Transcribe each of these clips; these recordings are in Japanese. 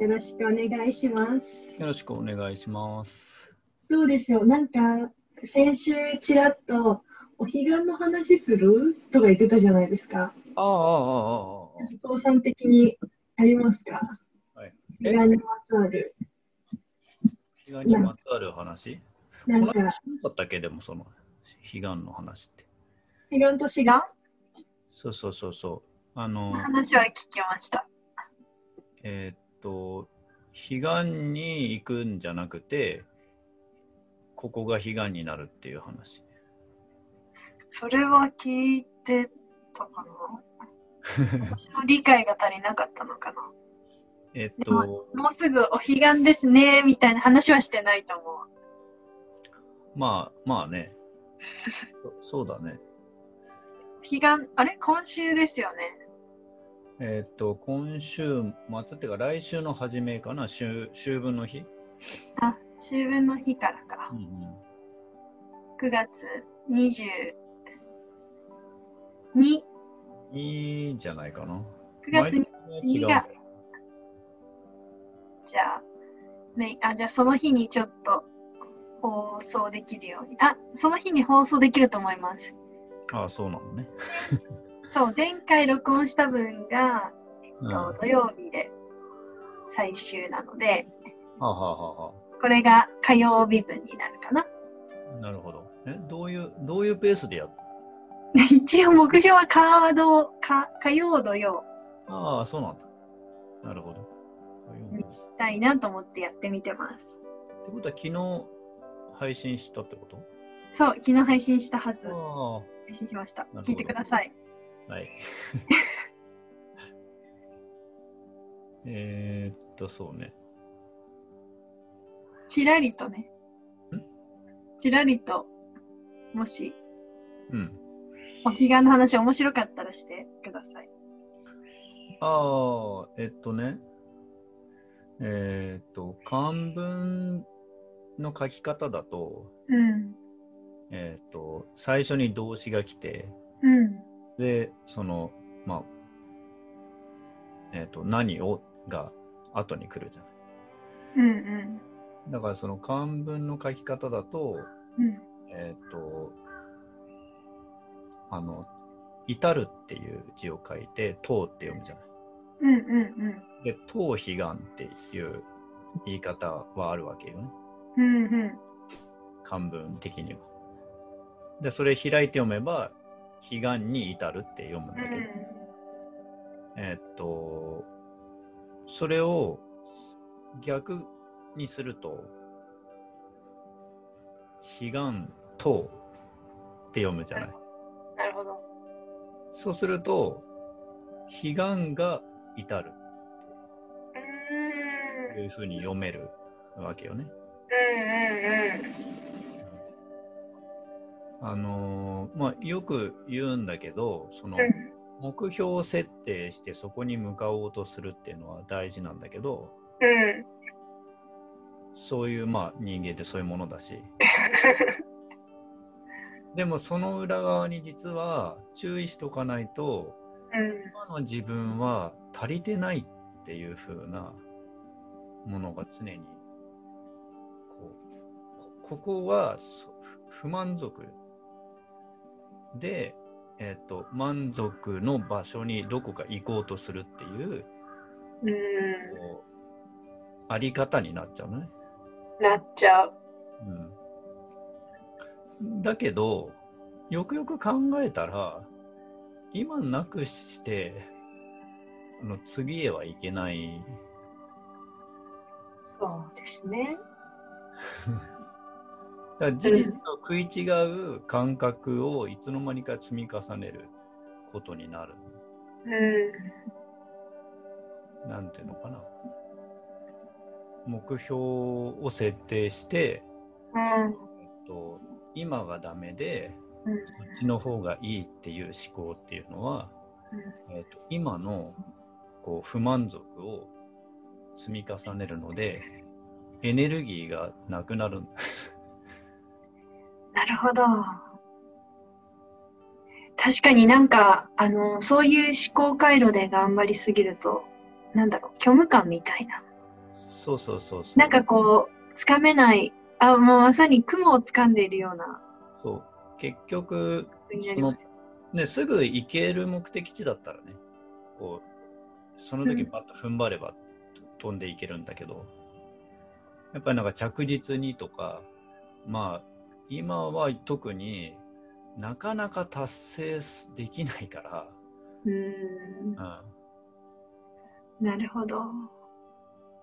よろしくお願いします。よろしくお願いします。どうでしょうなんか、先週ちらっと、お彼岸の話するとか言ってたじゃないですか。ああ、ああ、ああ。お父さん的にありますかはいお彼岸にまつわる。彼岸にまつわる話なんこか、の話彼しなかったっけでもその、悲願の話って。岸と志願そうそうそうそう。あのの、話は聞きました。えーっと、彼岸に行くんじゃなくて、ここが悲願になるっていう話。それは聞いてたかな私の理解が足りなかったのかなえーっと、もうすぐお彼岸ですねみたいな話はしてないと思う。まあ、まあね。そそうだね。彼岸、あれ今週ですよね。えーっと、今週末っていうか、来週の初めかな、週週分の日、あ、秋分の日からかう。んうん、 9月22、9いいんじゃないかな。月に、に二がじゃあ、ね、あ、じゃあその日にちょっと放送できるように。あ、その日に放送できると思います。ああ、そうなのね。そう、前回録音した分が、うん、はと土曜日で最終なので、あ、はあはあはこれが火曜日分になるかな。あ、なるほど。え、どういう、どういうペースでやっ一応目標はカードか火曜土曜ああ、そうなんだ。なるほど。にしたいなと思ってやってみてます。ってことは、昨日配信したってことそう、昨日配信したはず。配あ信しましたほど。聞いてください。あ、はい。 えーっと、そうね。ちらりとね。ちらりと、もし、うん。お彼岸の話面白かったらしてください。ああ、えっとね。えーっと、漢文の書き方だと、うん。えー、と最初に動詞が来てうん。でそのまあえっ、と何をが後に来るじゃなうんうん。いだからその漢文の書き方だとうん。えっ、とあの「至る」っていう字を書いて「とう」って読むじゃないうんうんで「とう悲願」っていう言い方はあるわけよねうん。うんうん。漢文的にはでそれ開いて読めば「悲願に至る」って読むんだけど、えーっと、それを逆にすると、悲願とって読むじゃない。うん。なるほど。そうすると、悲願が至るうとんいうふうに読めるわけよね。うあのーまあ、よく言うんだけど、そのんうんうん目標を設定してそこに向かおうとするっていうのは大事なんだけど、うんそういうまあ人間ってそういうものだしでもその裏側に実は注意しとかないとうん今の自分は足りてないっていう風なものが常にこうこここはそ不不満足で、えっと満足の場所にどこか行こうとするっていううこうあり方になっちゃうのね。んなっちゃううんだけどよくよく考えたら今なくしてあの次へはいけないそうですねだから事実と食い違う感覚をいつの間にか積み重ねることになるうなんていうのかな目標を設定して、んうんえっと、今がダメでうんこっちの方がいいっていう思考っていうのは、えー、と今のこう不満足を積み重ねるのでエネルギーがなくなるなるほど確かになんかあのそういう思考回路で頑張りすぎるとなんだろう虚無感みたいなそうそうそうそう。なんかこう、つかめない、あ、もうまさに雲をつかんでいるようなそう結局、風になります。ね、すぐ行ける目的地だったらね、こう、その時うんパッと踏ん張れば飛んでいけるんだけど、やっぱりなんか着実にとか、まあ、今は特になかなか達成すできないかうーん、ら、なるほど。うん、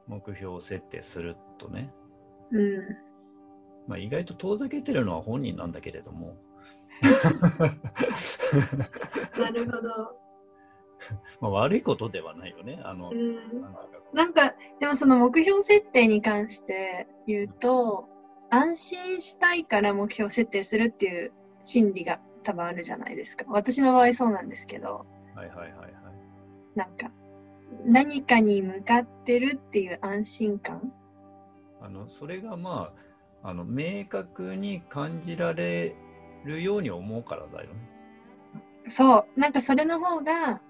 目標を設定するとね、うん。まあ、意外と遠ざけてるのは本人なんだけれど も、 なるほど。まあ悪いことではないよね。あの、うんなんかこうなんか、でもその目標設定に関して言うと、安心したいから目標設定するっていう心理が多分あるじゃないですか。私の場合そうなんですけど、はいはいはいはい。なんか、何かに向かってるっていう安心感。あのそれがまああの明確に感じられるように思うからだよね。そう、なんかそれの方が、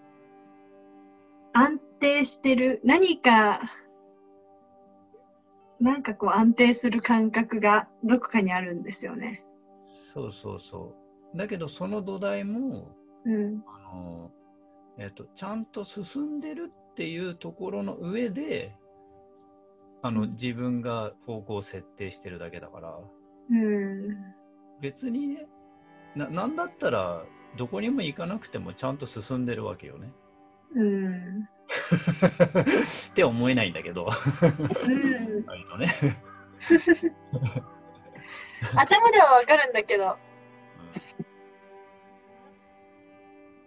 安定してる。何か、なんかこう安定する感覚がどこかにあるんですよね。そうそうそう。だけどその土台もうん。あの、えっとちゃんと進んでるっていうところの上であの自分が方向を設定してるだけだからうん。別にねななんだったらどこにも行かなくてもちゃんと進んでるわけよね。うん。って思えないんだけどうん、割とね。頭ではわかるんだけど、うん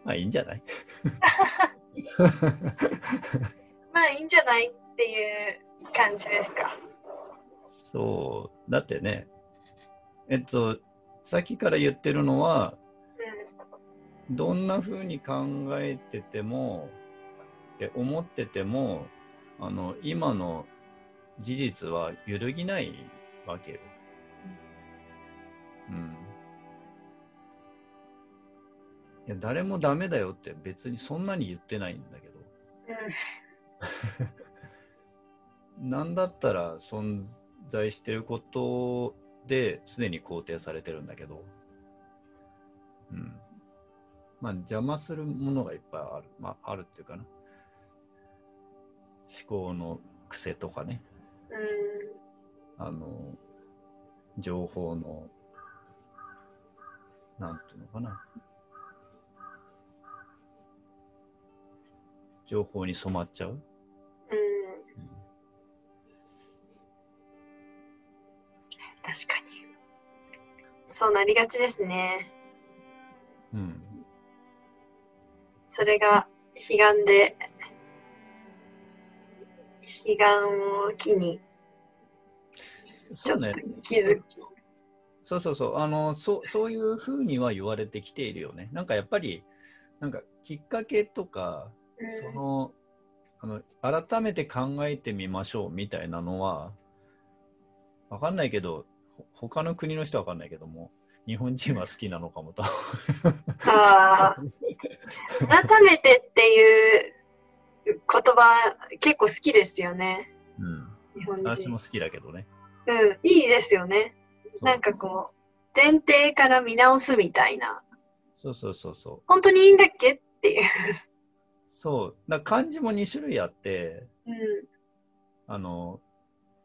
まあいいんじゃないまあいいんじゃないっていう感じですか。そうだってねえっとさっきから言ってるのはどんな風に考えててもえ思っててもあの今の事実は揺るぎないわけよ。うん。いや誰もダメだよって別にそんなに言ってないんだけど。なんだったら存在してることですでに肯定されてるんだけど、うん。まあ邪魔するものがいっぱいある。まああるっていうかな。思考の癖とかね、うあの、情報の、なんていうのかな。情報に染まっちゃう。ん、うん、うん。確かに。そうなりがちですね。うん。それが悲願で、悲願を機に、ちそょうっとね。気づく。そうそうそう、あのそうそういうふうには言われてきているよね。なんかやっぱり、なんかきっかけとか、そのあの改めて考えてみましょうみたいなのは、わかんないけど、ほ他の国の人はわかんないけども、日本人は好きなのかもと。ああ、改めてっていう言葉結構好きですよね、うん、日本私人も。好きだけどね。うん、いいですよね。そうなんかこう、前提から見直すみたいな。そうそうそうそう。本当にいいんだっけっていう。そうだから漢字も2種類あって、うん、あの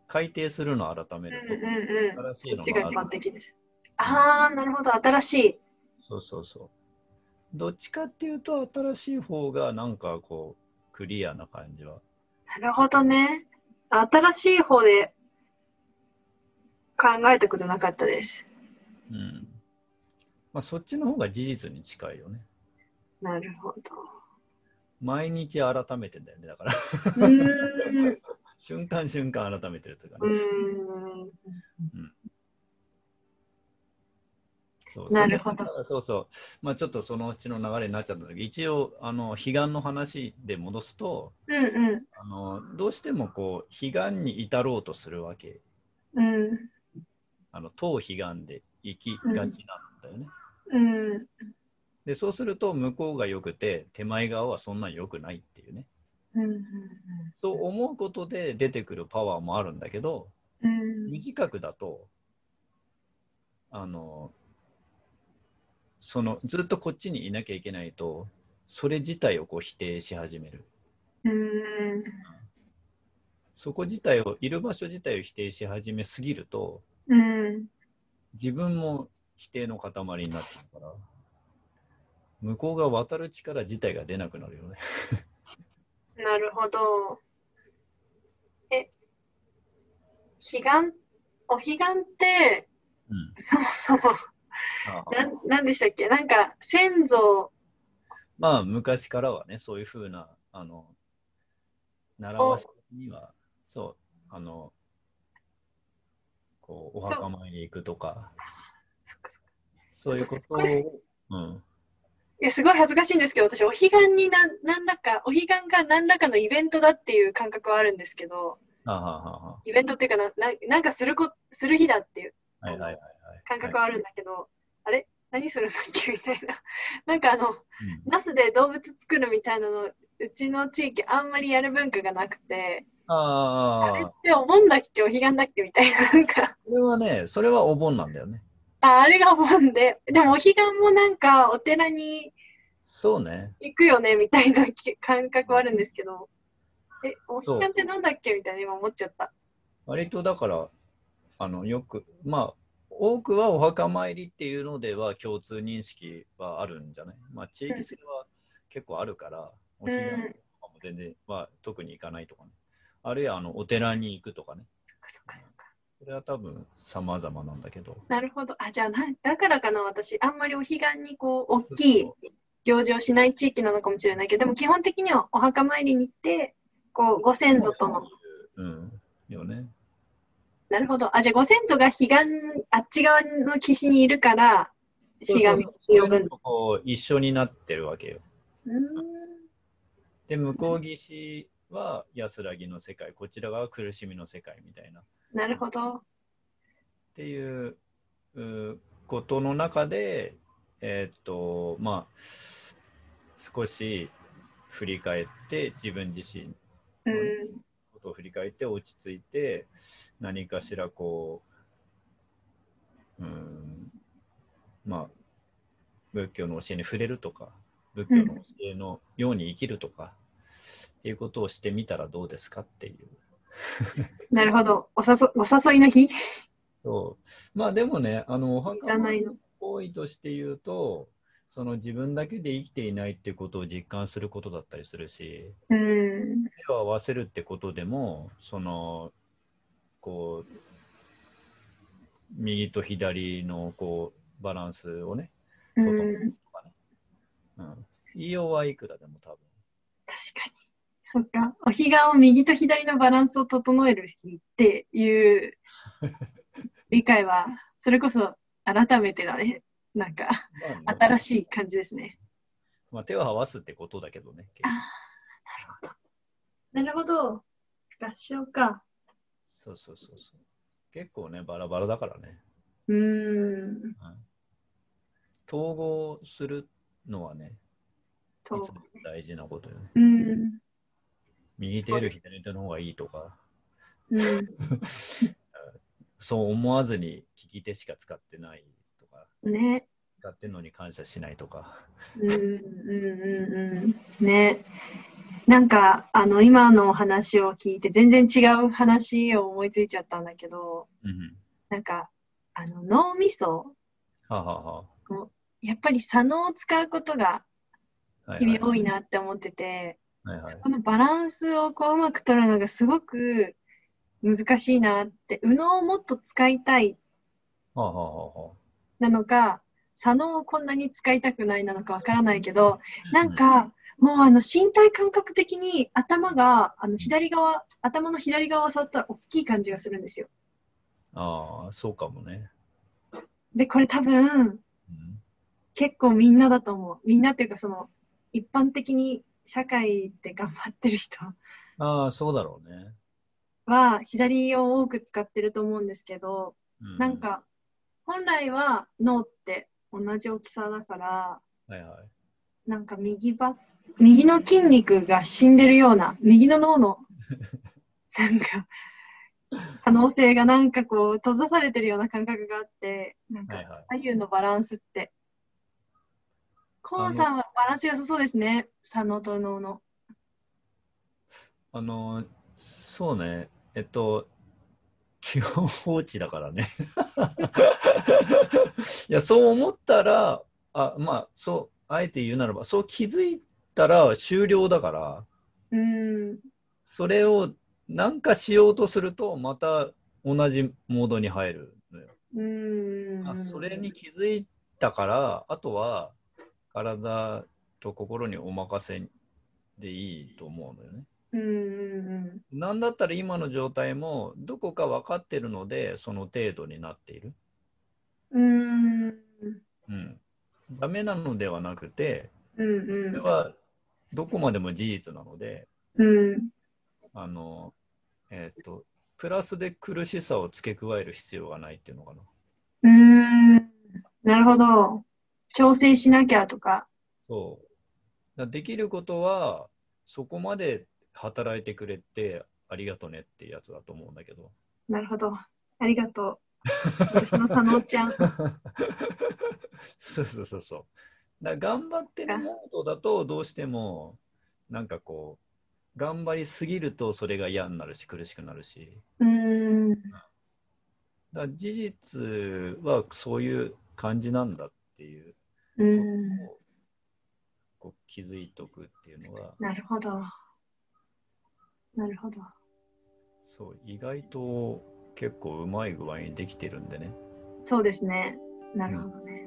改定するのを改めると、うん、うん、うん。新しそいっのちが一もあ般る。的です。ああ、なるほど、新しい。そうそうそう。どっちかっていうと、新しい方がなんかこう、クリアな感じは。なるほどね。新しい方で考えたことなかったです。うん。まあ、そっちの方が事実に近いよね。なる ほど。毎日改めてんだよね、だから。 うーん。瞬間瞬間改めてるというかうね。ーん。そうなるほど。それそうそう。まあ、ちょっとそのうちの流れになっちゃった時一応、あの、彼岸の話で戻すと、うん、うん。あのどうしてもこう、彼岸に至ろうとするわけ。うん。あの、当彼岸で行きがちなんだよね。うん。でそうすると向こうが良くて手前側はそんな良くないっていうねうんうんそう思うことで出てくるパワーもあるんだけど、うん二企画だと、あの、そのずっとこっちにいなきゃいけないと、それ自体をこう否定し始める。うんそこ自体を、いる場所自体を否定し始めすぎると、うん自分も否定の塊になってるから、向こうが渡る力自体が出なくなるよね。なるほど。え、彼岸、お彼岸って、うんそもそも、 ああなん、なんでしたっけなんか、先祖まあ、昔からはね、そういうふうな、あの、習わしには、そう、あの、こう、お墓参り行くとか、そっかそっかそういうことあとすを、うん、いや、すごい恥ずかしいんですけど、私、お彼岸にな、何らか、お彼岸が何らかのイベントだっていう感覚はあるんですけど、あははイベントっていうかな、ななんかするこ、する日だっていうは、はいはいはいはい。感覚はあるんだけど、あれ何するんだっけみたいな。なんかあの、うんナスで動物作るみたいなの、うちの地域あんまりやる文化がなくて、あれっああ、てお盆だっけお彼岸だっけみたいな、なん か、それはね、それはお盆なんだよね。ああれがお盆で、でもお彼岸もなんかお寺にそうね。行くよねみたいなき感覚はあるんですけど、え、お彼岸ってなんだっけみたいな今思っちゃった。割とだから、あの、よく、まあ、多くはお墓参りっていうのでは共通認識はあるんじゃないまあ、地域性は結構あるから、おうん彼岸とかも全然、まあ、特に行かないとかね。あるいは、あの、お寺に行くとかね。そっかそっかそっかそれは多分、様々なんだけど。なるほど。あ、じゃあなん、だからかな、私、あんまりお彼岸にこう、大きい行事をしない地域なのかもしれないけど、でも基本的にはお墓参りに行って、こう、ご先祖とのうん。よね。なるほど。あ、じゃあご先祖が彼岸、あっち側の岸にいるから、そう彼そう岸そうって呼ぶんそういうのだ。とこう一緒になってるわけよ。うーんで、向こう岸は安らぎの世界、こちら側は苦しみの世界みたいな。なるほど。っていううーことの中で、えーっとまあ、少し振り返って自分自身のうーん。ことを振り返って落ち着いて何かしらこううーんまあ仏教の教えに触れるとか仏教の教えのように生きるとか、っていうことをしてみたらどうですかっていうなるほど。おさそお誘いの日そうまあでもねあのおじ墓ゃもないの。行為として言うとその自分だけで生きていないってことを実感することだったりするしうーん。手を合わせるってことでもそのこう右と左のこうバランスをね、うーそうかん。うん、言いようはいくらでも多分確かに。そっか。お彼岸を右と左のバランスを整える日っていう 理解は、それこそ改めてだね。なんか、、まあね新しい感じですね。まあ、手を合わすってことだけどね結あ局なるほど。合唱か。そうそうそうそう結構ねバラバラだからねうーん。統合するのはねいつとも。大事なことよねうーん。右手より左手の方がいいとかうん。そう思わずに聞き手しか使ってないとか、ね。使ってんのに感謝しないとか。うん。うん。うん。うん。ね。なんか、あの、今のお話を聞いて、全然違う話を思いついちゃったんだけど、うん。なんか、あの、脳みそ、はあはあはやっぱり左脳を使うことがあは日々多いな。なって思ってて、はいはいそ。このバランスをこううまく取るのがすごく難しいなって、右脳をもっと使いたいはあはあはなのか、左脳をこんなに使いたくないなのかわからないけど、なんか、もうあの身体感覚的に頭が、あの左側、頭の左側を触ったら大きい感じがするんですよ。あ。ああ、そうかもね。で、これ多分、うん。結構みんなだと思う。みんなっていうかその、一般的に社会で頑張ってる人ああ、そうだろうね。は、左を多く使ってると思うんですけど、うなん。か、本来は脳って同じ大きさだから、はいはい。なんか右バッ右の筋肉が死んでるような、右の脳 の、なんか、可能性がなんかこう、閉ざされてるような感覚があって、なんはかいはい、左右のバランスって。コーンさんはバランス良さそうですね、左脳と脳の。あの、そうね、えっと、基本放置だからね。 いや、そう思ったら、あ、まあ、そう、あえて言うならば、そう気づいたら終了だから、うーん。それをなんかしようとすると、また同じモードに入るのよ。うーん。あそれに。気づいたから、あとは体と心にお任せでいいと思うのよね。うーん。なんだったら今の状態もどこか分かってるのでその程度になっている。うーん。うん、ダメなのではなくてうん。うそれん。はどこまでも事実なのでうん。あの、えっとプラスで苦しさを付け加える必要がないっていうのかな。うーん。なるほど。調整しなきゃとか。そうだからできることはそこまで働いてくれてありがとねってやつだと思うんだけど。なるほど。ありがとう。私の佐野ちゃん。そうそうそうそう。だから頑張ってるモードだとどうしてもなんかこう頑張りすぎるとそれが嫌になるし苦しくなるしうーん。だから事実はそういう感じなんだっていううことん。をこう気づいとくっていうのはなるほど。なるほど。そう意外と結構うまい具合にできてるんでね。そうですね。なるほどね。